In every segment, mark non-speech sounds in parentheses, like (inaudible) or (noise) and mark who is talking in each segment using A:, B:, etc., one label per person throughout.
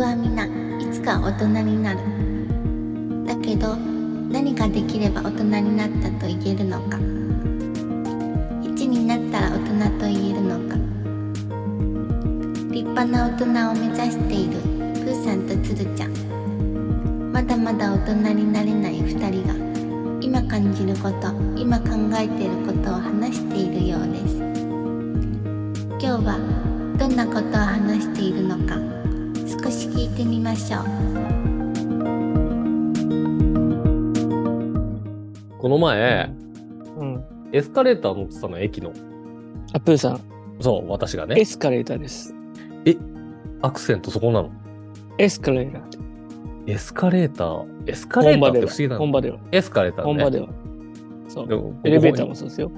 A: はみんないつか大人になるだけど何ができれば大人になったと言えるのか1になったら大人と言えるのか立派な大人を目指しているプーさんとつるちゃんまだまだ大人になれない2人が今感じること今考えていることを話しているようです今日はどんなことを話しているのか少し聞いてみましょう
B: この前、
C: うん。
B: エスカレーター乗ってたの、駅の。
C: あ、プーさん、
B: そう、私がね
C: エ。スカレーターです。
B: アクセントそこなの。
C: エスカレーター。
B: エスカレーター。エスカレ
C: 本
B: ーター
C: 場
B: って
C: で
B: 不
C: は。
B: 思議だ
C: 本
B: な。
C: 場では。
B: エスカレーターね。
C: 本場では。そう。
B: でもここ
C: エレベーターもそうですよ。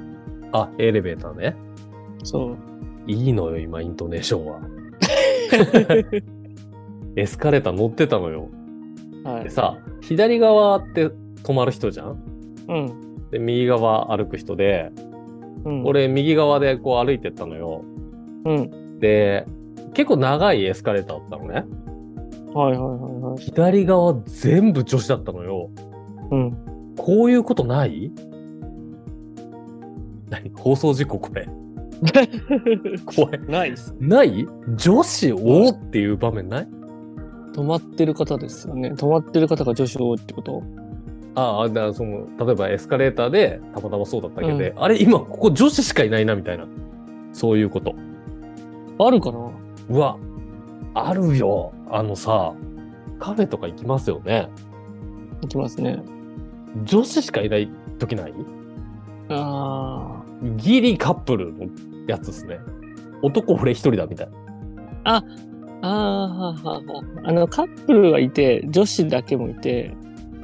B: あ、エレベーターね。
C: そう。
B: いいのよ、今、イントネーションは。
C: (laughs)
B: エスカレーター乗ってたのよ。
C: は
B: で
C: い。
B: さ、左側って止まる人じゃん
C: うん。
B: で、右側歩く人で、
C: うん。、
B: 俺、右側でこう歩いてったのよ。
C: うん。
B: で、結構長いエスカレーターだったのね。
C: はいはいはいはい。
B: 左側全部女子だったのよ。 (laughs)
C: うん。
B: こういうことない何放送事故これ。怖い。
C: ナイス。
B: ない女子をっていう場面ない
C: 止まってる方ですよね。止まってる方が女子多いってこと
B: ああ、だからその、例えばエスカレーターでたまたまそうだったけど、あれ今ここ女子しかいないなみたいな。そういうこと。
C: あるかな
B: うわ、あるよ。あのさ、カフェとか行きますよね。
C: いきますね。
B: 女子しかいない時ない
C: あ
B: ギリカップルのやつですね。男俺一人だみたいな。
C: あ。ああ、はあはあはあ。あの、カップルがいて、女子だけもいて、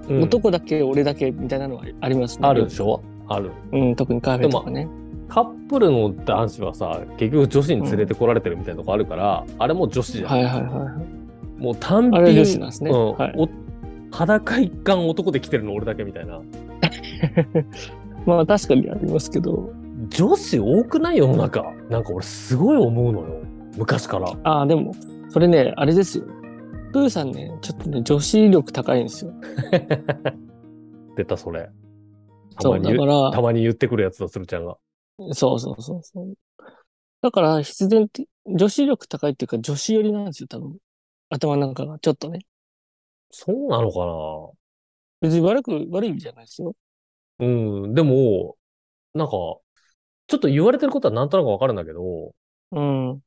B: うん
C: 男だけ、俺だけみたいなのはありますね。
B: あるでしょある。
C: うん、特にカフェとかね。
B: カップルの男子はさ結局女子に連れてこられてるみたいなとこあるから、あれも女子じゃん、
C: はいはいはい。
B: もう単品
C: あれ女子なんですね
B: うん
C: はい
B: お裸一貫男で来てるの俺だけみたいな
C: まあ確かにありますけど。
B: 女子多くない世の中なんか俺すごい思うのよ昔から
C: ああ、でも、それね、あれですよ。プーさんね、ちょっとね、女子力高いんですよ。
B: 出たそれた
C: そ
B: ま
C: う、
B: に
C: だ
B: 言
C: か
B: うた
C: ら、
B: まに言ってくるやつだ鶴ちゃんが
C: そうそうそうそう。だから、必然的、女子力高いっていうか、女子寄りなんですよ、多分。頭なんかが、ちょっとね。
B: そうなのか
C: 別に悪く、悪い意味じゃないですよ。
B: なうんでもなんかちょっと言われてることはなんとなくわかるんだけど
C: うん。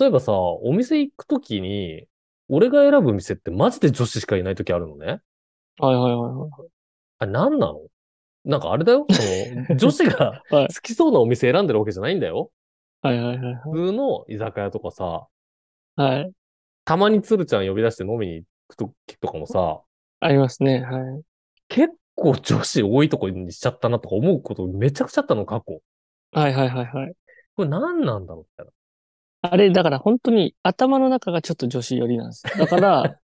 B: 例えばさお店行くときに俺が選ぶ店ってマジで女子しかいないときあるのね
C: はいはいはい
B: あ、なんなのなんかあれだよ。
C: (laughs)
B: その女子が
C: はい
B: 好きそうなお店選んでるわけじゃないんだよ。
C: はい。はいはいはい
B: 普通の居酒屋とかさ、
C: はい。はい。
B: たまに鶴ちゃん呼び出して飲みに行くときとかもさ、
C: ありますね。はい。
B: 結構女子多いとこにしちゃったなとか思うことめちゃくちゃあったの、過去。
C: はいはいはいはい。
B: これ何なんだろうみたいな。
C: あれ、だから本当に頭の中がちょっと女子寄りなんですよ。
B: (laughs)
C: だから、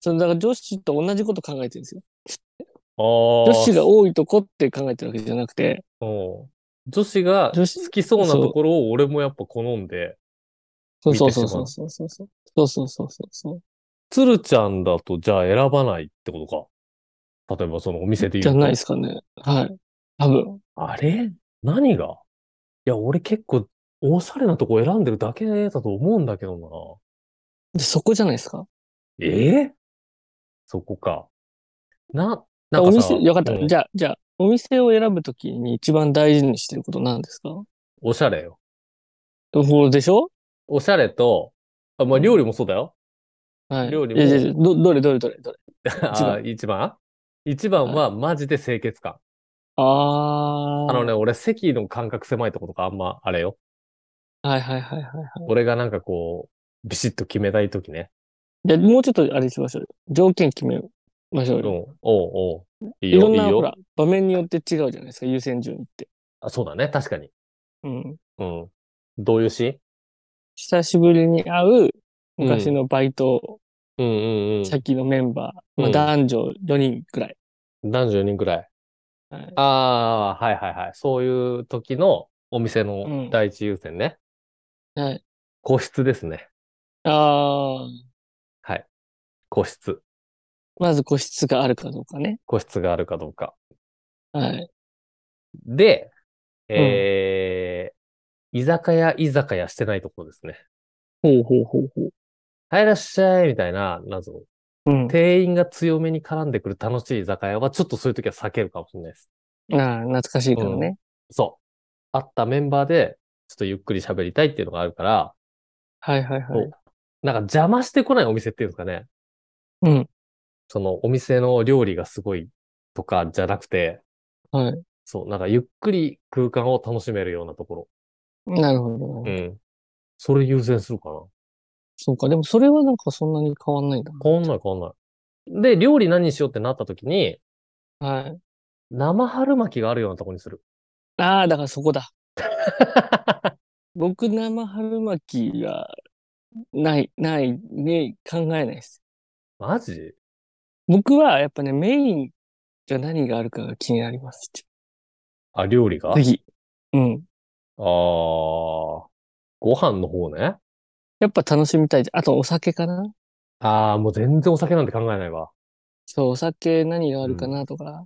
C: その、だから女子と同じこと考えてるんですよ。
B: あ女
C: 女子が多いとこって考えてるわけじゃなくて、
B: 女子が
C: 女子
B: 好きそうなところを俺もやっぱ好んで、
C: そうそう
B: 見てし
C: そ
B: ま
C: う
B: う
C: そうそうそうそう。そうそうそうそうそう。
B: 鶴ちゃんだとじゃあ選ばないってことか。例えばそのお店で言う
C: じ
B: と
C: ゃないですかね。はい。多分。
B: あれ何がいや、俺結構、おしゃれなとこ選んでるだけだと思うんだけど
C: でそこじゃないですか。
B: な。ええそこか。な、なん
C: お
B: かさ、
C: 店、よかった。
B: うん
C: じゃあ、じゃあ、お店を選ぶときに一番大事にしてることなんですか
B: おしゃれよ。
C: そうでしょ
B: おしゃれと、あまあ、料理もそうだよ。
C: はい。
B: 料理
C: い
B: も
C: やいやいやど、どれどれどれどれ。
B: あ一番一番はマジで清潔感。
C: あー。
B: あのね、。俺席の間隔狭いとことかあんまあれよ。
C: はいはいはいはいはい。
B: 俺がなんかこう、ビシッと決めたいときね。
C: じゃあもうちょっとあれしましょうよ。条件決めましょ
B: う。
C: うんよ。
B: おうおう。いい
C: い
B: よ、
C: ろん
B: いい
C: な、ほ
B: よ
C: ら。、場面によって違うじゃないですか、優先順位って。
B: あそうだね、確かに。
C: うん。
B: うん。どういうシーン
C: 久しぶりに会う昔のバイト、
B: うんうんうん。
C: 先のメンバー、
B: う
C: まあ、
B: ん
C: 男女4人くらい。
B: 男女4人くらい。
C: はい
B: ああ、はいはいはい。そういう時のお店の第一優先ね。
C: はい。
B: 個室ですね。
C: ああ、
B: はい。個室。
C: まず個室があるかどうかね。
B: 個室があるかどうか。
C: はい。
B: で、えー居酒屋、居酒屋してないところですね。
C: ほうほうほうほ
B: はい、いらっしゃいみたいな、謎。
C: う。うん。
B: 店員が強めに絡んでくる楽しい居酒屋は、ちょっとそういう時は避けるかもしれないです。
C: ああ、懐かしいからね。
B: そう。会ったメンバーで、ちょっとゆっくり喋りたいっていうのがあるから、
C: はいはいはい。
B: なんか邪魔してこないお店っていうんですかね。
C: うん。
B: そのお店の料理がすごいとかじゃなくて、
C: はい。
B: そう、なんかゆっくり空間を楽しめるようなとこ
C: なるほど。
B: ろ。うん。それ優先するかな。
C: そうか。でもそれはなんかそんなに変わんないんだ。
B: 変わんない変わんない。で、料理何にしようってなった時に、
C: はい。
B: 生春巻きがあるようなとこにする。
C: ああ、だからそこ (laughs) だ。僕、生春巻きがない、ない、ね、考えないです。
B: マジ
C: 僕はやっぱね、メインが何があるかが気になります。
B: あ、料理がああー。
C: 次。うん。
B: ご飯の方ね。
C: やっぱ楽しみたい。あとお酒かな
B: ああ、もう全然お酒なんて考えないわ。
C: そう、お酒何があるかなとか、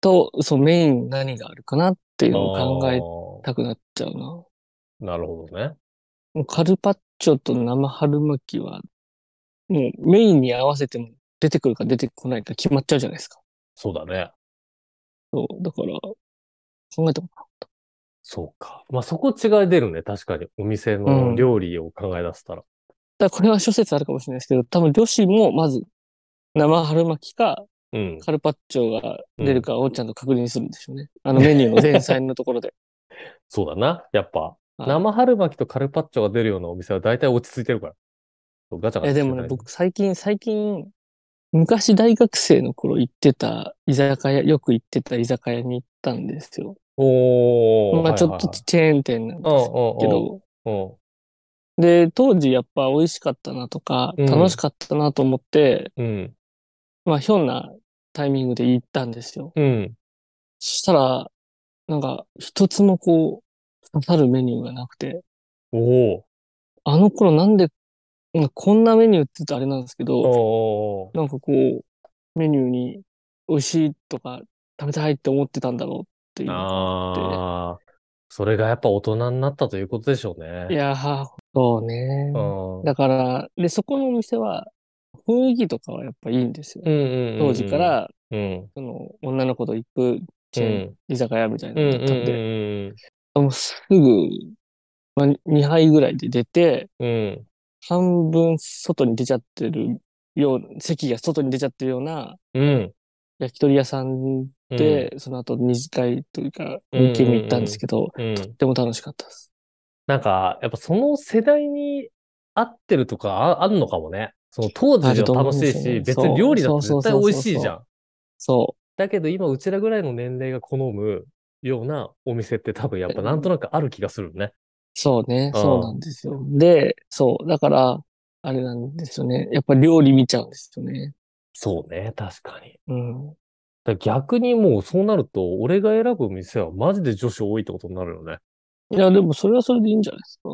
C: と、そう、メイン何があるかなっていうのを考え
B: 考
C: たくなっちゃうな。も
B: えなるほどね。
C: うカルパッチョと生春巻きは、もうメインに合わせても出てくるか出てこないか決まっちゃうじゃないですか。
B: そうだね。
C: そう、だから、考えてもら
B: そうか。まあ、そこ違い出るね。確かに。お店
C: う
B: の
C: ん
B: 料理を考え出せたら。
C: だからこれは諸説あるかもしれないですけど、多分女子もまず生春巻きか
B: うん。
C: カルパッチョが出るかをちゃんと確認するんでしょうね。あのメニューの前菜のところで。
B: (laughs) そうだな。やっぱ、
C: はい
B: 生春巻きとカルパッチョが出るようなお店は大体落ち着いてるから。そうガチャガチャ
C: え、でも
B: してな
C: ね、
B: い
C: 僕最近、最近、昔大学生の頃行ってた居酒屋、よく行ってた居酒屋に行ったんですよ。
B: おー。
C: まあ
B: はい
C: ちょ
B: は
C: っ
B: い
C: と
B: はい
C: チェーン店なんですけど、
B: うんうんうん。
C: で、当時やっぱ美味しかったなとか、
B: うん
C: 楽しかったなと思って、
B: うん。
C: まあひょんなタイミングで行ったんですよ。
B: うん。
C: そしたら、なんか一つもこう、刺さるメニューがなくて、
B: おー。
C: あの頃なんで、まあこんなメニューって言うとあれなんですけど、
B: おー。
C: なんかこう、メニューに美味しいとか食べたいって思ってたんだろうっていう。
B: ああ。それがやっぱ大人になったということでしょうね。
C: いやー、そうね
B: う。ん。
C: だから、で、そこのお店は、雰囲気とかはやっぱいいんですよ。
B: うんうんうんうん
C: 当時か、ら、
B: うん。
C: その、女の子と行くチ
B: う
C: ェーン
B: ん。
C: 居酒屋みたい
B: うんう
C: な
B: う
C: んのだったんで、
B: ん
C: もうすぐ、まあ、2杯ぐらいで出て、
B: うん。うん。
C: 半分外に出ちゃってるよう、席が外に出ちゃってるような
B: うん。
C: 焼き鳥屋さんで、その後二次会というか、
B: うん
C: 運休も行ったんですけど、
B: うん、うん。
C: でも楽しかったです。
B: なんか、やっぱその世代に合ってるとかああんのかもね。その当時
C: あると
B: の
C: 思うん
B: 楽しい
C: ですよ
B: し、
C: ね
B: 別
C: そ
B: に
C: う
B: 料理だって
C: そう
B: 絶対
C: そう
B: 美
C: そう
B: 味しいじゃん。
C: そ
B: だけど今、うちらぐらいの年齢が好むようなお店って多分やっぱなんとなくある気がするね。
C: う。そうね。
B: うん
C: そうなんですよ。で、そう。だから、あれなんですよね。やっぱ料理見ちゃうんですよね。
B: そうね、確かに。
C: うん。
B: だから逆にもうそうなると、俺が選ぶ店はマジで女子多いってことになるよね。
C: いや、でもそれはそれでいいんじゃないですか。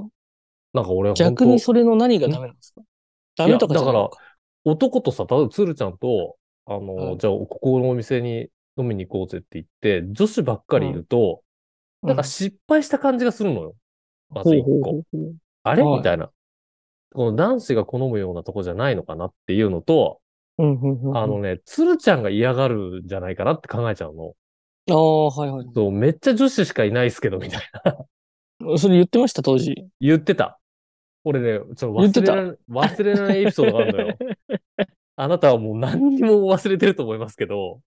B: なんか俺は
C: 逆にそれの何がダメなんですかダメとかじゃないのか。
B: 男とさ、例えばつるちゃんと、あの、
C: はい
B: じゃあ、ここのお店に飲みに行こうぜって言って、女子ばっかりいると、
C: うん
B: なんか失敗した感じがするのよ。まず一個。
C: ほうほうほうほう
B: あれ
C: はい
B: みたいな。この男子が好むようなとこじゃないのかなっていうのと、
C: うんうんうんうん。
B: あのね、つるちゃんが嫌がるんじゃないかなって考えちゃうの。
C: ああ、はいは
B: そう、めっちゃ女子しかいないっすけど、みたいな。
C: い。それ言ってました、当時。
B: 言ってた。俺ね、ちょっと
C: 言
B: 忘
C: って
B: れ
C: た
B: られ忘れられないエピソードがあるのよ。
C: (laughs)
B: あなたはもう何にも忘れてると思いますけど、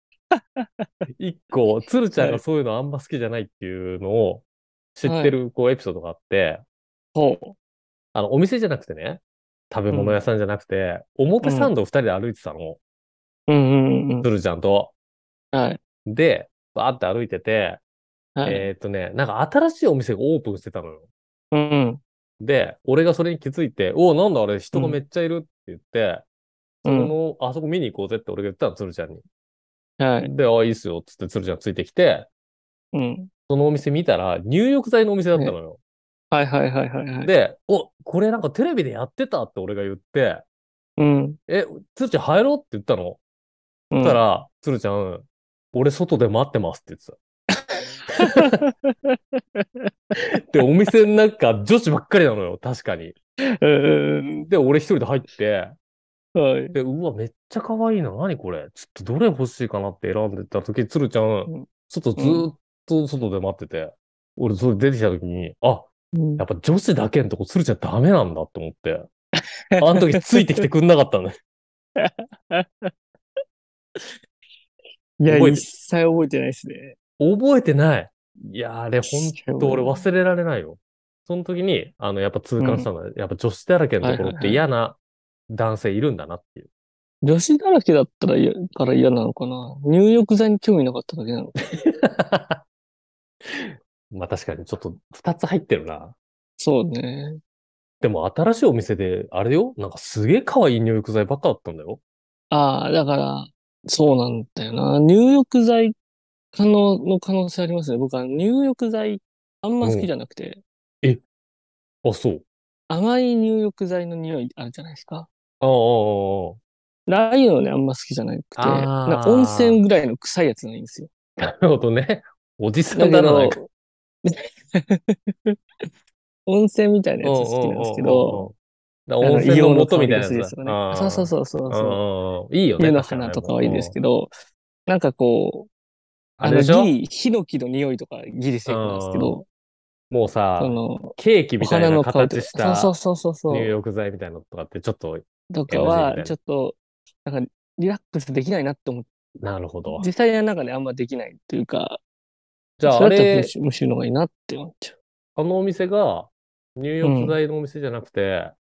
B: 一個、つるちゃんがそういうのあんま好きじゃないっていうのを知ってる、こう、エピソードがあって、
C: ほ
B: あの、お店じゃなくてね、食べ物屋さんじゃなくて、表参道二人で歩いてたの、
C: う。うんうんうん
B: つるちゃんと。
C: うん。はい。
B: で、バーって歩いてて、
C: はい。
B: えーっとね、なんか新しいお店がオープンしてたのよ。
C: うん
B: で、俺がそれに気づいて、おお、なんだあれ、人がめっちゃいるって言って、
C: う
B: そ
C: ん。
B: この、あそこ見に行こうぜって俺が言ったの、鶴ちゃんに。
C: うん。はい。
B: で、あ、いいっすよ、つって鶴ちゃんついてきて、
C: うん。
B: そのお店見たら、入浴剤のお店だったのよ。
C: はいはいはいはいはい。
B: で、お、これなんかテレビでやってたって俺が言って、
C: うん。
B: え、つるちゃん入ろうって言ったの
C: う
B: そ
C: ん
B: したら、つるちゃん、俺外で待ってますって言ってた。で、お店の中女子ばっかりなのよ、確かに。
C: (laughs) うん。
B: で、俺一人で入って、
C: はい。
B: で、うわ、めっちゃ可愛いな、何これ。ちょっとどれ欲しいかなって選んでた時、つるちゃ
C: うん
B: ん、外ずーっと外で待ってて、俺それ出てきた時に、あ、
C: うん
B: やっぱ女子だけのとこつるちゃんダメなんだって思って、あの時ついてき
C: (laughs)
B: てくんなかったのね。
C: いや、
B: 覚えて
C: 一切覚えてないですね。
B: 覚えてない。いやー、あれ、ほんと、俺忘れられないよ。その時に、あの、やっぱ痛感したのは、やっぱ女子だらけのところ
C: は
B: っ
C: いはいは
B: て
C: い
B: 嫌な男性いるんだなっていう。
C: 女子だらけだったら嫌から嫌なのかな入浴剤に興味なかっただけなのか
B: (laughs) まあ確かに、ちょっと二つ入ってるな。
C: そうね。
B: でも、新しいお店で、あれよなんかすげえ可愛い入浴剤ばっかだったんだよ。
C: ああ、だから、そうなんだよな。入浴剤可能の可能性ありますね。僕は入浴剤あんま好きじゃなくて、
B: あ、そう。
C: 甘い入浴剤の匂いあるじゃないですか。
B: ああ、ああああ、
C: ああいうのね、あんま好きじゃなくて、
B: あー
C: なんか温泉ぐらいの臭いやつがいいんですよ。
B: なるほどね。おじさんだな、なんか。
C: ど、 (laughs) 温泉みたいなやつ好きなんですけど、
B: うんうんうんうん。だから温泉の元みたいなやつ
C: あの硫黄の香りがする
B: だ
C: ですよね。そうそうそうそう
B: うん
C: そう。
B: うんうんいいよね。
C: 湯の
B: 確かに
C: 花
B: ね
C: とかはいいですけ
B: うん
C: ど、なんかこう、
B: あ
C: の
B: れでしょ
C: ギリ、ヒノキの匂いとかギリセーフなんですけど、
B: もうさ
C: そ、の、
B: ケーキ
C: お
B: みた
C: 花
B: いな
C: の香りと
B: 形し
C: か、
B: た
C: そうそうそうそう
B: 入
C: そう、
B: 浴剤みたいなのとかってちょっと、
C: とか
B: NG みたい
C: は、
B: な
C: ちょっと、なんかリラックスできないなって思って、
B: なるほど。
C: 実際はなんかね、あんまできないというか、
B: じゃあ
C: そ
B: あ
C: れだったら
B: れ
C: 無、臭無臭の方がいいなって思っちゃ
B: あのお店が入浴剤のお店じゃなくて、
C: う。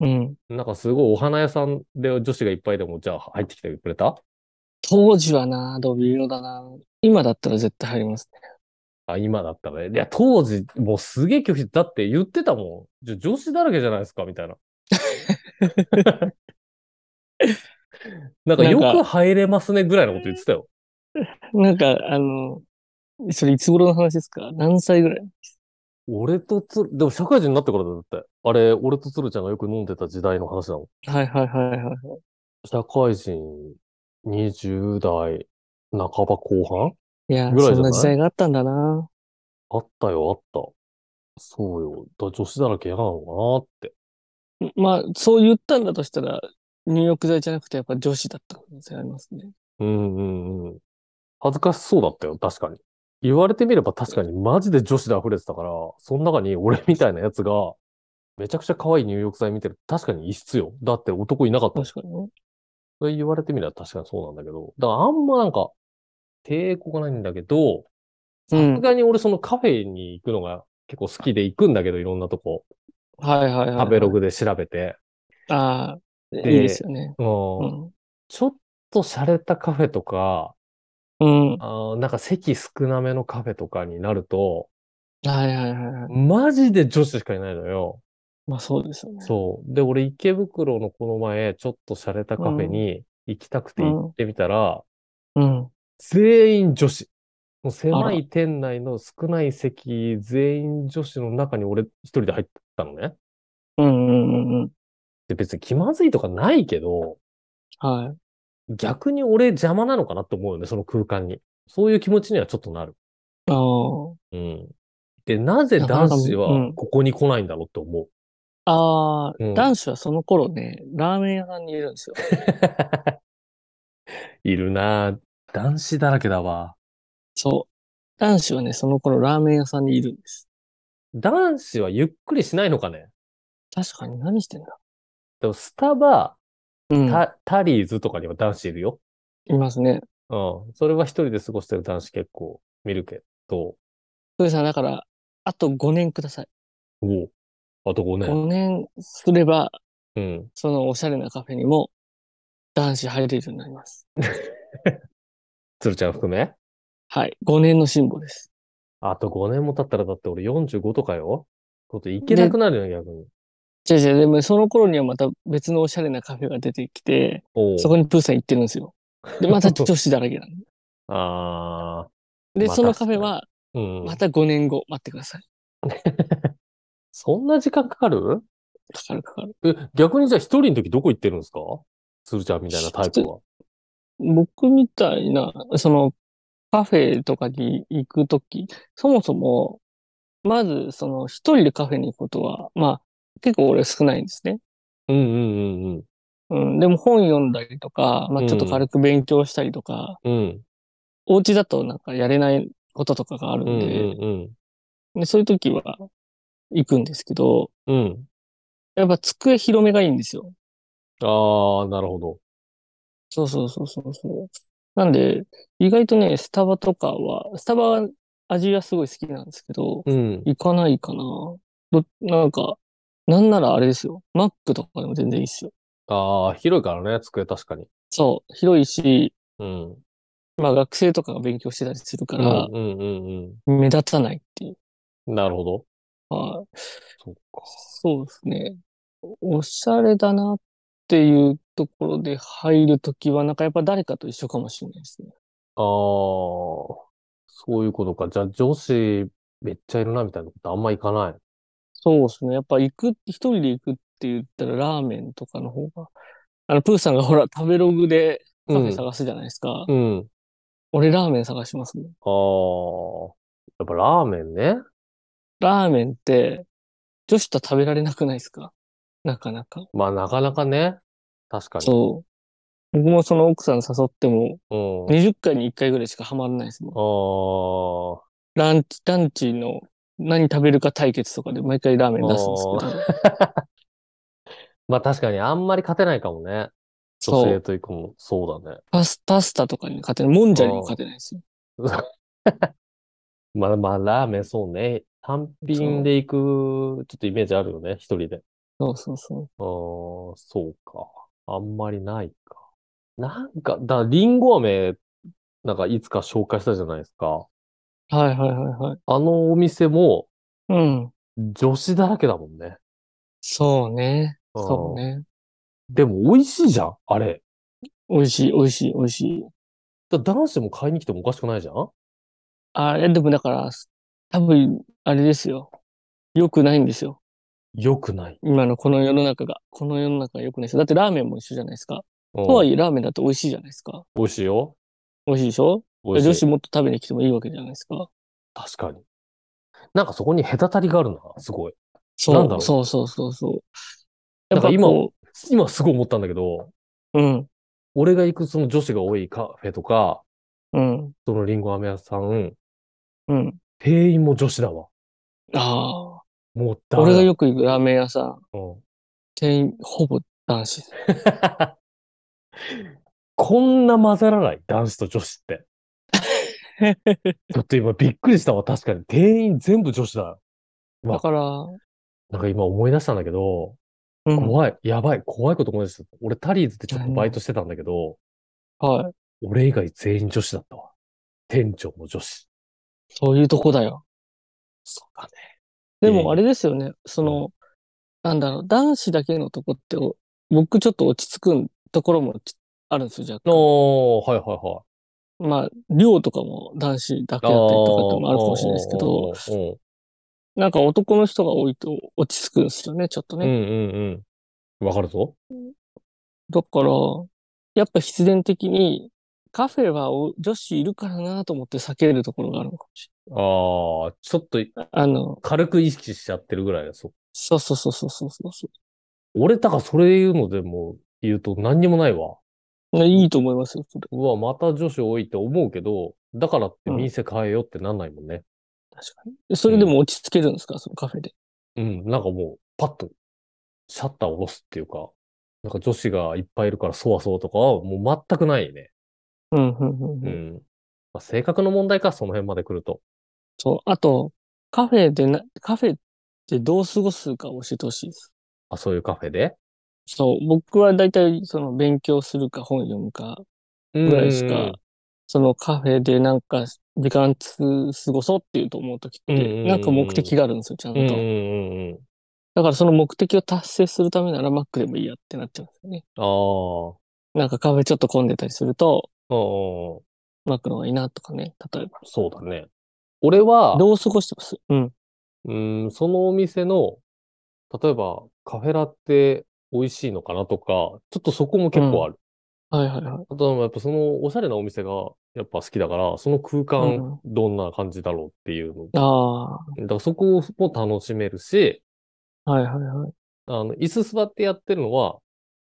C: うん。
B: なんかすごいお花屋さんで女子がいっぱいでも、じゃあ入ってきてくれた
C: 当時はな、どういうのだな。今だったら絶対入りますね。
B: あ、今だったね。いや、当時、もうすげえ拒否、だって言ってたもん。じゃあ女子だらけじゃないですか、みたい
C: (laughs)
B: な。なんかよ
C: なん
B: く
C: か
B: 入れますねぐらいのこと言ってたよ。
C: なんか、あの、それいつ頃の話ですか何歳ぐらい
B: 俺とつる、でも社会人になってからだよだって。あれ、俺とつるちゃんがよく飲んでた時代の話だもん。
C: はいはいはいはい。
B: 社会人20代半ば後半
C: いや、
B: ぐらいじゃない
C: そんな時代があったんだな。
B: あったよ、あった。そうよ。だ女子だらけ嫌なのかなって。
C: まあ、そう言ったんだとしたら、入浴剤じゃなくてやっぱ女子だった可能性ありますね。
B: うんうんうん。恥ずかしそうだったよ、確かに。言われてみれば確かにマジで女子で溢れてたから、その中に俺みたいなやつが、めちゃくちゃ可愛い入浴剤見てる。確かに異質よ。だって男いなかったもん。
C: 確かにね。
B: それ言われてみれば確かにそうなんだけど。だからあんまなんか、抵抗がないんだけど、
C: う
B: さ
C: ん
B: す。がに俺そのカフェに行くのが結構好きで行くんだけど、いろんなとこ。
C: はいはいはい。
B: 食べロ。グで調べて。
C: ああ、いい
B: で
C: ですよね。
B: うん
C: うん。
B: ちょっと洒落たカフェとか、
C: うん。
B: あーなんか席少なめのカフェとかになると、
C: はいはいはいはい。
B: マジで女子しかいないのよ。
C: まあそうですよね。
B: そう。で、俺池袋のこの前、ちょっと洒落たカフェに行きたくて行ってみたら、
C: うん。
B: 全員女子。もう
C: あ
B: 狭
C: ら
B: い店内の少ない席、全員女子の中に俺一人で入ったのね。
C: うんうんうんうん。
B: で、別に気まずいとかないけど、
C: はい。
B: 逆に俺邪魔なのかなって思うよね、その空間に。そういう気持ちにはちょっとなる。
C: ああ。
B: うん。で、なぜ男子
C: なかなかう
B: は
C: ん
B: ここに来ないんだろうって思う。
C: ああ、
B: うん
C: 男子はその頃ね、ラーメン屋さんにいるんですよ。
B: いるなぁ男子だらけだわ。
C: そう。男子はね、その頃ラーメン屋さんにいるんです。
B: 男子はゆっくりしないのかね
C: 確かに何してんだ
B: でもスタバ、
C: うん。
B: タタリーズとかには男子いるよ。
C: いますね。
B: うん。それは一人で過ごしてる男子結構見るけど。
C: ふうさん、だから、あと5年ください。
B: おお。あと5年。
C: 5年すれば、
B: うん。
C: そのおしゃれなカフェにも男子入れるようになります。
B: 鶴ちゃん含め
C: はい。5年の辛抱です。
B: あと5年も経ったらだって俺45とかよ。こといけなくなるよ、逆に。
C: じゃじゃでもその頃にはまた別のおしゃれなカフェが出てきて、
B: おう
C: そこにプーさん行ってるんですよ。で、また女子だらけなんで。
B: あ
C: で、 (laughs)
B: まあ
C: そのカフェは
B: あ。うん。
C: また5年後待ってください。
B: そんな時間かかる
C: かかるかかる。
B: え、逆にじゃあ一人の時どこ行ってるんですかつるちゃんみたいなタイプは。
C: 僕みたいな、その、カフェとかに行くとき、そもそも、まず、その、一人でカフェに行くことは、まあ、結構俺少ないんですね。
B: うんうんうん
C: うん、でも本読んだりとか、まあ、ちょっと軽く勉強したりとか、
B: うん。うん。
C: お家だとなんかやれないこととかがある
B: うん
C: んで、
B: うん
C: でそういう時は行くんですけど、
B: うん。うん。
C: やっぱ机広めがいいんですよ。
B: ああ、なるほど。
C: そうそうそうそうそう。なんで、意外とね、スタバとかは、スタバは味がすごい好きなんですけど、
B: うん。
C: 行かないかな。ど、なんか、なんならあれですよ。マックとかでも全然いいっすよ。
B: ああ、広いからね、机確かに。
C: そう、広いし、
B: うん。うん
C: まあ学生とかが勉強してたりするか
B: うん、
C: ら
B: うん
C: 目立たないっていう。
B: うん。なるほど。
C: はい。
B: そっか。
C: そうですね。おしゃれだなっていうところで入るときは、なんかやっぱ誰かと一緒かもしれないですね。
B: ああ、そういうことか。じゃあ女子めっちゃいるなみたいなことあんま行かない。
C: そうですね。やっぱ行く、一人で行くって言ったらラーメンとかの方が、あの、プーさんがほら、食べログでカフェ探すじゃないですか。
B: うん。うん。
C: 俺ラーメン探しますね。
B: ああ。やっぱラーメンね。
C: ラーメンって、女子と食べられなくないですかなかなか。
B: まあなかなかね。確かに。
C: そう。僕もその奥さん誘っても、
B: うん。
C: 20回に1回ぐらいしかハマらないですもん。
B: あ
C: ランチ、ランチの何食べるか対決とかで毎回ラーメン出すんですけど。
B: あ。まあ確かにあんまり勝てないかもね。女
C: そ
B: 性
C: う。
B: と行くも、そうだね。
C: パス、パスタとかに勝てない。もんじゃにも勝てないですよ。
B: まあまあラーメンそうね。単品で行く、ちょっとイメージあるよね。一人で。
C: そうそうそ
B: ああ、そうか。あんまりないか。なんか、だからリンゴ飴、なんかいつか紹介したじゃないですか。
C: う。はいはいはいはい。
B: あのお店も
C: うん。
B: 女子だらけだもんね。
C: そうね。
B: あー
C: そうね。
B: でも美味しいじゃん、あれ。
C: 美味しい、美味しい、美味しい。
B: だ男子でも買いに来てもおかしくないじゃん
C: あれ、でもだから、多分、あれですよ。良くないんですよ。
B: 良くない。
C: 今のこの世の中が。この世の中が良くないですよ。だってラーメンも一緒じゃないですか。
B: うん
C: とはいえ、ラーメンだって美味しいじゃないですか。
B: 美味しいよ。
C: 美味しいでしょ
B: 美味
C: 女
B: しい。
C: 子もっと食べに来てもいいわけじゃないですか。
B: 確かに。なんかそこに隔たりがあるな、すごい。
C: そう、
B: なんだろう
C: そうそうそうそう。
B: な
C: や
B: ん
C: っ
B: か
C: ぱ
B: 今
C: こ
B: 今すごい思ったんだけど、
C: う、うん、
B: 俺が行くその女子が多いカフェとか、
C: うん、
B: そのリンゴ飴屋さん、
C: うん。
B: 店員も女子だわ。
C: あ
B: もう
C: あ、
B: 誰
C: 俺がよく行くラーメン屋さん、
B: うん
C: 店員、ほぼ男子です。
B: こんな混ざらない男子と女子って。ちょっと今びっくりしたわ。確かに。店員全部女子だ。うわ
C: だから、
B: なんか今思い出したんだけど、
C: うん、
B: 怖い。やばい。怖いこと思い出した。俺タリーズでちょっとバイトしてたんだけど、
C: はい。
B: 俺以外全員女子だったわ。店長も女子。
C: そういうとこだよ。
B: そうだね。
C: で
B: いい
C: もあれですよね、その、なんだろう、男子だけのとこってお、僕ちょっと落ち着くところもちあるんですよ、若干。
B: おー、はいはいはい。
C: まあ、寮とかも男子だけだったりとかってもあるかもしれないですけど、
B: ど。
C: なんか男の人が多いと落ち着くんですよね、ちょっと
B: うんう
C: ね。
B: んうん。わかるぞ。
C: だから、やっぱ必然的に、カフェはお女子いるからなと思って避けるところがあるのかもし
B: ああ、ちょっと
C: れない。あの、
B: 軽く意識しちゃってるぐらいだ。そう
C: そうそうそうそうそうそうそ
B: 俺、だからそれ言うのでも言うと何にもないわ。
C: う。ねいいと思いますよ、それ。
B: うわ、また女子多いって思うけど、だからって店変えようってなんないもんね。
C: 確かに。それでも落ち着けるんですか、そのカフェで。
B: うん、なんかもう、パッと、シャッターを下ろすっていうか、なんか女子がいっぱいいるからそわそわとかはもう全くないね。
C: うん、うん、うん。うん
B: うん。まあ、性格の問題か、その辺まで来ると。
C: そう。あと、カフェでな、カフェってどう過ごすか教えてほしいです。
B: あ、そういうカフェで。
C: そう。僕はだいたいその勉強するか本読むか
B: ぐ
C: ぐらいしか、そのカフェでなんか時間つ過ごそうっていうと思うときっ
B: うんうんう
C: て、
B: ん
C: なんか目的があるんですよ、ちゃ
B: うん
C: ん
B: うんう
C: と。
B: んうん。
C: だからその目的を達成するためならマックでもいいやってなっちゃうんですよね。
B: ああ。
C: なんかカフェちょっと混んでたりすると、
B: うんうん、
C: マックの方がいいなとかね、例えば。
B: そうだね。俺は、
C: どう過ごしてますうん。
B: うん、そのお店の、例えばカフェラテ美味しいのかなとか、ちょっとそこも結構ある。
C: はいはいはい。
B: あとはやっぱそのおしゃれなお店がやっぱ好きだから、その空間どんな感じだろうっていうの。
C: ああ、は
B: だからそこも楽しめるし、
C: いはいはい。
B: あの、椅子座ってやってるのは、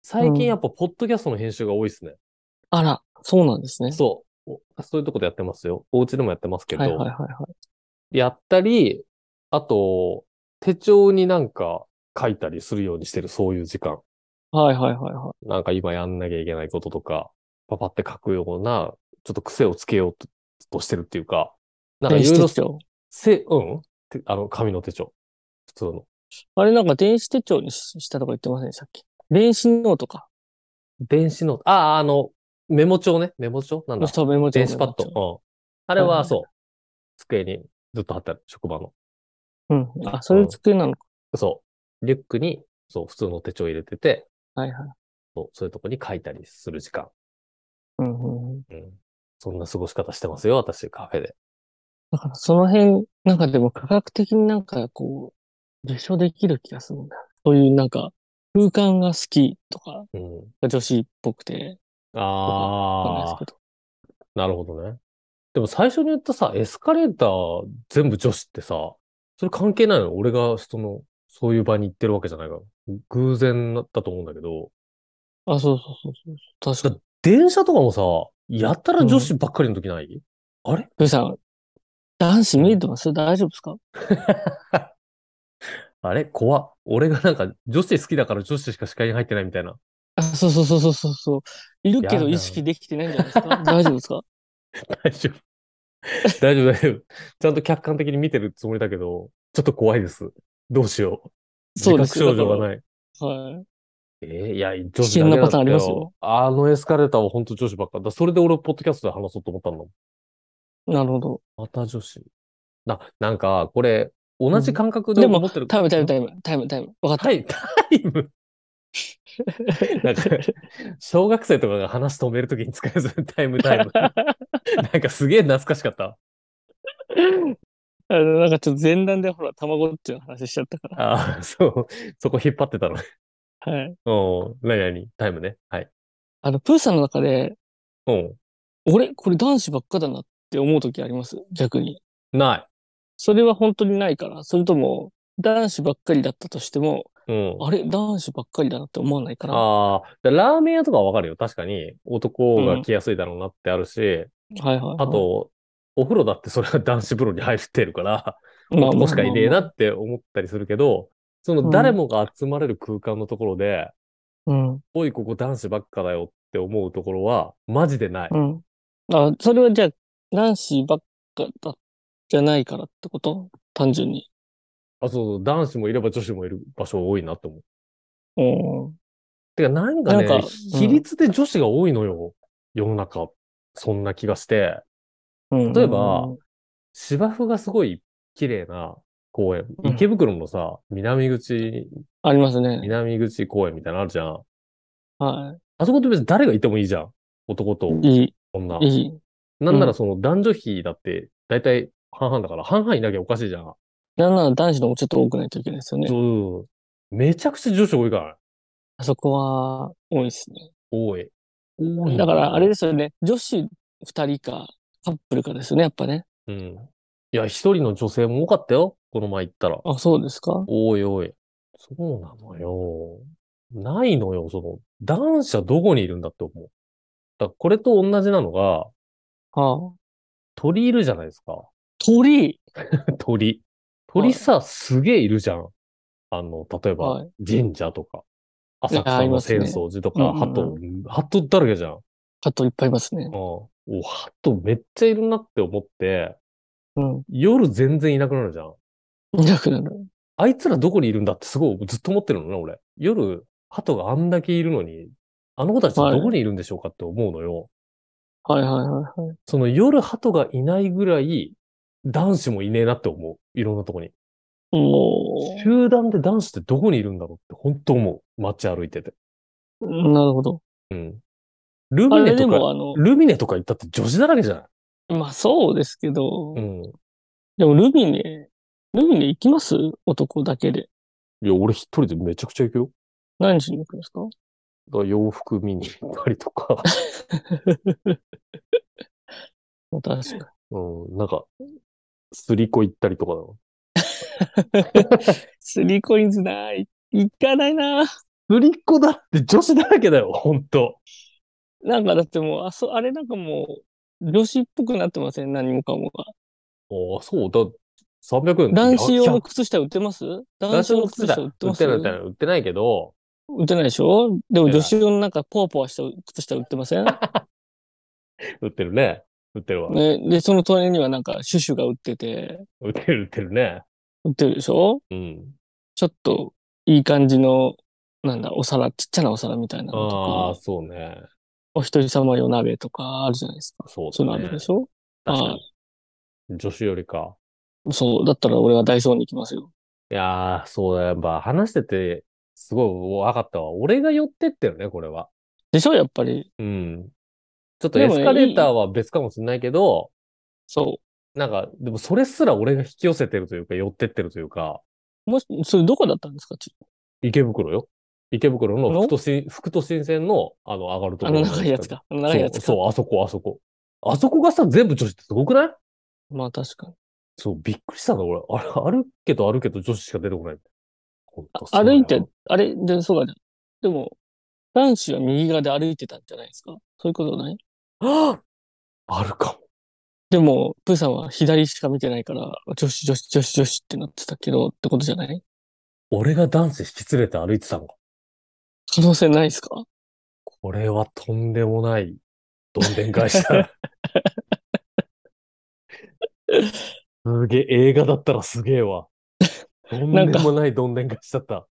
B: 最近やっぱポッドキャストの編集が多いですね。
C: あら、そうなんですね。
B: そう。おそういうとこでやってますよ。お家でもやってますけど、
C: はいはいはいはい。
B: やったり、あと、手帳になんか書いたりするようにしてる、そういう時間。
C: はいはいはいは
B: なんか今やんなきゃいけないこととか、パパって書くような、ちょっと癖をつけようととしてるっていうか、なんか
C: い。
B: い
C: 電
B: ろいろ
C: 子手、帳。
B: せ、うんてあの、紙の手帳。普通の。
C: あれなんか電子手帳にししたとか言ってません、さっき。電子ノートか。
B: 電子の、ああ、あの、メモ帳ね。メモ帳なんだ。
C: そう、メモ帳
B: 電子パッ。
C: メモ帳
B: ド。うん。あれ
C: はいは
B: は、
C: い
B: そう。机にずっと貼ってある、職場の。
C: うん。あ、そういう机なのか。
B: そう。リュックに、そう、普通の手帳入れてて、
C: はいはい。
B: そう、そういうとこに書いたりする時間。
C: うんうんうん。
B: うん。そんな過ごし方してますよ、私、カフェで。
C: だからその辺、なんかでも科学的になんかこう、実証できる気がするんだよ。そういうなんか、空間が好きとか、
B: うん。
C: 女子っぽくて、わかんないです
B: ああ
C: け、ど。
B: なるほどね。でも最初に言ったさ、エスカレーター全部女子ってさ、それ関係ないの俺がその、そういう場に行ってるわけじゃないから。偶然だったと思うんだけど、
C: あ、そうそうそうそう。確かに。
B: 電車とかもさ、やったら女子ばっかりの時ない、あれ
C: ルイさん、男子見えてます大丈夫ですか
B: あれ怖っ俺がなんか女子好きだから女子しか視界に入ってないみたいな。 (laughs)
C: あ、そうそうそうそうそうそう。いるけ
B: や
C: ど
B: だ
C: 意識できてないんじゃないですか (laughs) 大丈夫ですか
B: 大丈 (laughs) 夫。大丈夫、大丈夫。ちゃんと客観的に見てるつもりだけど、ちょっと怖いです。どうしよう。
C: そうで
B: (laughs)
C: す
B: 自覚症状
C: だ
B: が
C: から
B: ない。
C: はい。
B: えーいや、女子
C: 危険なパターンありますよ。
B: あのエスカレーターは本当女子ばっか。だそれで俺、ポッドキャストで話そうと思ったの。
C: なるほど。
B: また女子。な、なんか、これ、同じ感覚で
C: でも
B: 思ってる。
C: タイムタイムタイム、タイムタイム。わかった。
B: タイタイム。 (laughs) なんか、小学生とかが話止めるときに使うやつタイムタ
C: (laughs)
B: イム。なんかすげえ懐かしかった。
C: あの、なんかちょっと前段でほら、たまごっちの話しちゃったか
B: ああ、そう。そこ引っ張ってたの。
C: ら。はい。
B: うん。何々、タイムね。はい。
C: あの、プーさんの中で、
B: うん。
C: 俺、これ男子ばっかだなって思う時あります逆に。
B: な
C: それは本当にないから、それとも、男子ばっかりだったとしても、
B: い。うん。
C: あれ、男子ばっかりだなって思わないから。
B: あ
C: は
B: あ、でラーメン屋とかはわかるよ。確かに男が来やすいだろうなってあるし、
C: いはいはい。
B: あ、と、お風呂だってそれは男子風呂に入ってるから、
C: (laughs)
B: (laughs)
C: まあ
B: 男しかいねえな
C: まあ
B: って思ったりするけど、その誰もが集まれる空間のところで、
C: まあうん。
B: おい、ここ男子ばっかだよって思うところは、マジでない。
C: うん。あ、それはじゃあ、男子ばっかだ、じゃないからってこと単純に。
B: あ、そうそう、男子もいれば女子もいる場所多いなと思う。
C: うん。
B: てか、なんかね、
C: なんか
B: 比率で女子が多いのよ。世の中。そんな気がして。
C: うん
B: 例えば、芝生がすごい綺麗な公園。
C: うん
B: 池袋のさ、南口、
C: ありますね。
B: 南口公園みたいなのあるじゃん。
C: は
B: あそこって別に誰がいてもいいじゃん。男と
C: い。い
B: 女
C: い、。いい。
B: なんならその男女比だって、だいたい半々だから、半々いなきゃおかしいじゃん。
C: なんなら男子の方がちょっと多くないといけないですよね。
B: そう。めちゃくちゃ女子多いからね。
C: あそこは多いですね。
B: 多い。多い。
C: だから、あれですよね。女子二人か、カップルかですよね、やっぱね。
B: うん。いや、一人の女性も多かったよ。この前行ったら。
C: あ、そうですか
B: おいおい。そうなのよ。ないのよ、その、男子はどこにいるんだって思う。だからこれと同じなのが、
C: はあ。
B: 鳥いるじゃないです
C: (laughs)
B: か。
C: 鳥
B: 鳥。鳥さ、すげえいるじゃん。あの、例えば
C: は、
B: 神社とか、浅
C: あ
B: 草
C: り
B: の
C: ますね
B: 浅草寺と
C: うん
B: か、
C: うんうん
B: 鳩、鳩だらけじゃん。うん。
C: カットいっぱいいますね。
B: お、鳩めっちゃいるなって思って、
C: うん。
B: 夜全然いなくなるじゃん。
C: いなくなる。
B: あいつらどこにいるんだってすごいずっと思ってるのね、俺。夜、鳩があんだけいるのに、あの子たち
C: はい
B: どこにいるんでしょうかって思うのよ。
C: はいはいはいはい。
B: その夜鳩がいないぐらい、男子もいねえなって思う。いろんなとこに。
C: も
B: (laughs) 集団で男子ってどこにいるんだろうって本当思う。街歩いてて。
C: う、なるほど。
B: うん。ル
C: あ
B: ミ
C: れ
B: ネ
C: で
B: と
C: も
B: か、
C: あの、
B: ルミネとか行ったって女子だらけじゃない
C: まあそうですけど、
B: うん。
C: でもルミネ、ルミネ行きます男だけで。
B: いや、俺一人でめちゃくちゃ行くよ。
C: 何しに行くんですか
B: だから洋服見に行ったりとか、 (laughs)
C: 確か
B: うん、なんか、すりこ行ったりとかだわ
C: に。スリコインズない。行かないな。
B: すりこだって女子だらけだよ、ほんと。
C: なんかだってもう、あ、そう、あれなんかもう、女子っぽくなってません何もかもが。
B: ああ、そうだ。300円。
C: 男子用の
B: 100
C: 靴下売ってます
B: 男
C: 男
B: 子
C: 子
B: 用
C: 用
B: の
C: の
B: 靴
C: 靴
B: だ。
C: 下
B: 売
C: 売っ
B: って
C: ます
B: てない、売ってない、売ってないけど、
C: 売ってないでしょで
B: 売ってな
C: も
B: い
C: 女子用のなんかポワポワした靴下売ってません、
B: 売ってるね。売ってるわ。
C: ね、で、その隣にはなんかシュシュが売ってて、
B: 売ってる、売ってるね。
C: 売ってるでしょ
B: うん。
C: ちょっといい感じの、なんだ、お皿、ちっちゃなお皿みたいなのと
B: ああ、
C: か、
B: そうね。
C: お一人様用鍋とかあるじゃないですか。
B: そう
C: そういう
B: だ
C: のあ
B: ね
C: るで。しょ
B: 確か
C: は
B: に。女子よりか。
C: そう、だったら俺はダイソーに行きますよ。
B: いやー、そうだ、やっぱ話してて、すごい分かったわ。俺が寄ってったよね、これは。
C: でしょやっぱり。
B: うん。ちょっと
C: で
B: エ
C: も
B: スカレーターは別かもしれないけど、
C: そ
B: なんか、でもそれすら俺が引き寄せてるというか、寄ってってるというか、
C: う。もし、それどこだったんですかち
B: 池袋よ。池袋の
C: の
B: 福都新、福都新線の、あの、上がると
C: あ
B: ころ
C: の
B: の
C: 長いやつか。あの長いやつか。
B: そう、そう、あそこ、あそこ。あそこがさ、全部女子ってすごくない
C: まあ確かに。
B: そう、びっくりしたんだ、俺。あれ、あるけどあるけど女子しか出てこない。ほんとそうだ
C: 歩
B: よ
C: いて、あれ、で、そうだね。でも、男子は右側で歩いてたんじゃないですかそういうことない
B: はっ (gasps) あるかも。
C: でも、プーさんは左しか見てないから、女子、女子、女子、女子ってなってたけど、ってことじゃない
B: 俺が男子引き連れて歩いてたのか。
C: 可能性ないですか
B: これはとんでもない、どんでん返し
C: (laughs)
B: だ。すげえ、映画だったらすげえわ。とんでもないどんでん返しだった。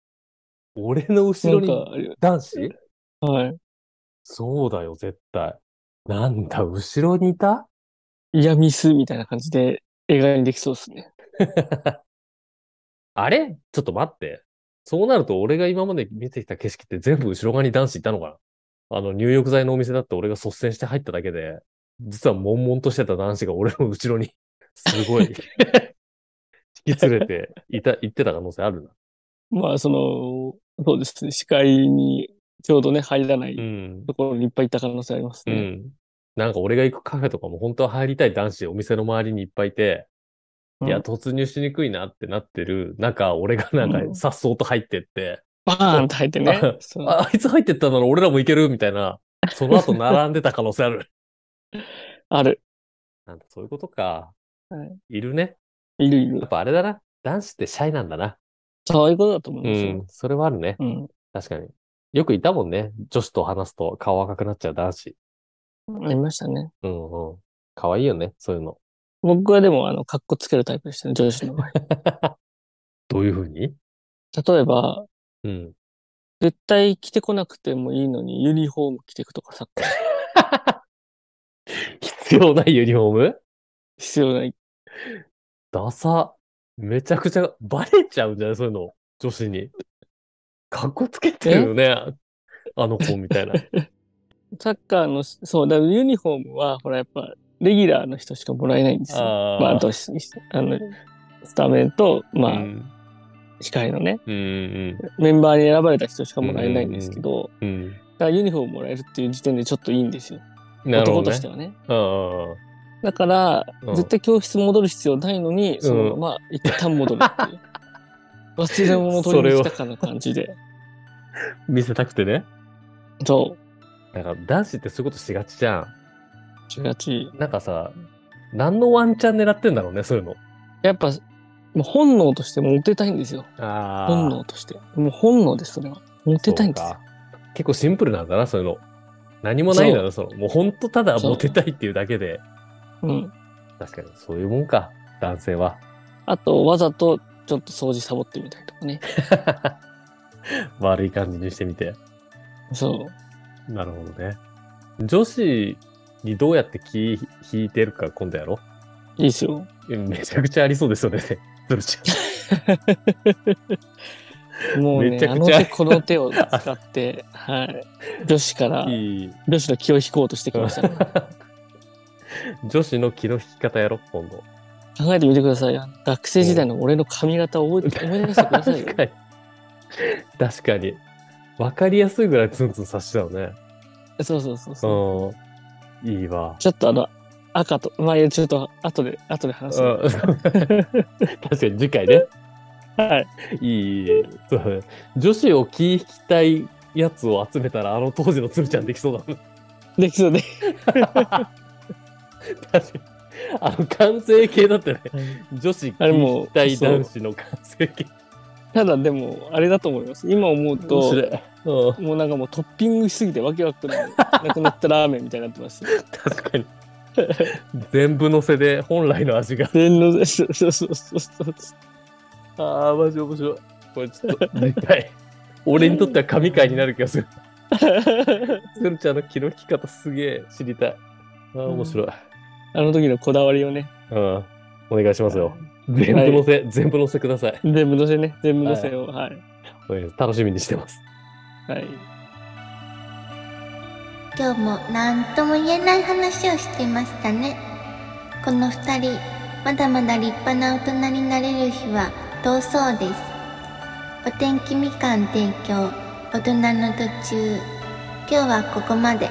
B: 俺の後
C: な
B: ろ
C: ん
B: に
C: かあれ、
B: 男子
C: はい。
B: そうだよ、絶対。なんだ、後ろにいた
C: イヤミスみたいな感じで映画にできそうですね。
B: あれちょっと待って。そうなると俺が今まで見てきた景色って全部後ろ側に男子いたのかなあの、入浴剤のお店だって俺が率先して入っただけで、実は悶々としてた男子が俺の後ろに、すごい、引き連れて、いた、行ってた可能性あるな。
C: まあ、その、そうですね。視界にちょうどね、入らない
B: うん。
C: ところにいっぱいいた可能性あります
B: う
C: ね。
B: ん。なんか俺が行くカフェとかも本当は入りたい男子お店の周りにいっぱいいて、いや、
C: うん
B: 突入しにくいなってなってる中、俺がなん
C: うん
B: か、さっそうと入ってって、
C: バーンって入ってね。 (laughs) そう
B: (laughs) ああいつ入ってったなら俺らも行けるみたいな、その後並んでた可能性ある。
C: ある。
B: (laughs) なんだそういうことか。、
C: はい
B: るね。
C: いるいる
B: やっ。ぱあれだな。男子ってシャイなんだな。
C: そういうことだと思いうますよ
B: ん。。それはあるね。
C: うん。
B: 確かに。よくいたもんね。女子と話すと顔赤くなっちゃう男子。
C: ありましたね。
B: うんうん。可愛いよね。そういうの。
C: 僕はでも、あの、格好つけるタイプでしたね、上司の
B: (laughs)
C: 場合。
B: どういうふうに
C: 例えば、
B: うん。
C: 絶対着てこなくてもいいのに、ユニフォーム着てくとかさ、
B: 必要ないユニフォーム
C: 必要ない。
B: ダサ。めちゃくちゃバレちゃうんじゃないそういうの。女子に。かっこつけてるよね。あの子みたい (laughs) な。
C: サッカーの、そう、だからユニフォームは、ほら、やっぱ、レギュラーの人しかもらえないんですよ。
B: あー
C: まあ、あと、しあの、スタメンと、ま
B: う
C: あ、
B: ん
C: 控えのね、
B: うんうん
C: メンバーに選ばれた人しかもらえないんですけど、
B: うん。
C: だからユニフォームもらえるっていう時点でちょっといいんですよ。
B: なるほ
C: 男
B: ど
C: と
B: ね
C: して。はね。
B: うんうんうん
C: だから、
B: うん
C: 絶対教室戻る必要ないのに、そのまま一旦戻るって
B: (laughs)
C: いう。忘れ物を取りに来たかの感じで。
B: 見せたくてね。
C: そ
B: なんか男子ってそういうことしがちじゃ
C: う、しがち。
B: ん。なんかさ、何のワンチャン狙ってんだろうね、そういうの。
C: やっぱ、もう本能としてモテたいんですよ。
B: あ
C: 本能として。もう本能です、それは。モテたいんですよ。
B: 結構シンプルなんだな、そういうの。何もないんだな、その。もうほんとただモテたいっていうだけで。
C: うん。
B: 確かに、そういうもんか、男性は。 (laughs)
C: あと、わざとちょっと掃除サボってみたりとかね。
B: 悪い感じにしてみて。
C: そう。
B: なるほどね。女子にどうやって気引いてるか今度やろ
C: いいですよ。
B: う。めちゃくちゃありそうですよね。どうしよう
C: もう
B: め
C: ね
B: ち、ゃ
C: あ
B: く
C: の
B: ちゃ
C: 手この手を
B: (laughs)
C: 使って、はい。女子から、
B: いい。
C: 女子の気を引こうとしてきましたね。
B: 女子の気の引き方やろ、今度。 (laughs)
C: 考えてみてくださいよ。学生時代の俺の髪型を覚えて、思い出してくださいよ。
B: 確かに確かに。わかりやすいぐらいツンツンさしてたのね。
C: そうそうそうそう。
B: うん。いいわ。
C: ちょっとあの、赤と、まあ、ちょっと後で、後で
B: うん
C: 話す。は
B: 確かに次回ね。
C: い。
B: いい。そうだね女子を気引きたいやつを集めたら、あの当時のつるちゃんできそうだ
C: できそうで。
B: な。確かに。あの完成形だったよね。女子気
C: あれも
B: 引
C: う
B: きたい男子の完成形。
C: ただでも、あれだと思います。今思う
B: 面
C: と、
B: 白いうん。
C: もうなんかもうトッピングしすぎてわけわか
B: (laughs)
C: んない。なくなったラーメンみたいになってます。
B: 確かに。全部乗せで本来の味が。
C: 全の、そうそうそうそうそう。 (laughs)
B: ああ、マジ面白い。これちょっと、大体。俺にとっては神回になる気がする。つるちゃんの気の利き方すげえ知りたい。ああ、面白い。
C: あの時のこだわりをね。
B: うん。お願いしますよ。全部載せ、全部載せください。
C: 全部乗せね。全部乗せを。はい。
B: お願いします楽しみにしてます。
C: はい。
A: 今日も何とも言えない話をしていましたねこの2人まだまだ立派な大人になれる日は遠そうですお天気みかん提供大人の途中今日はここまで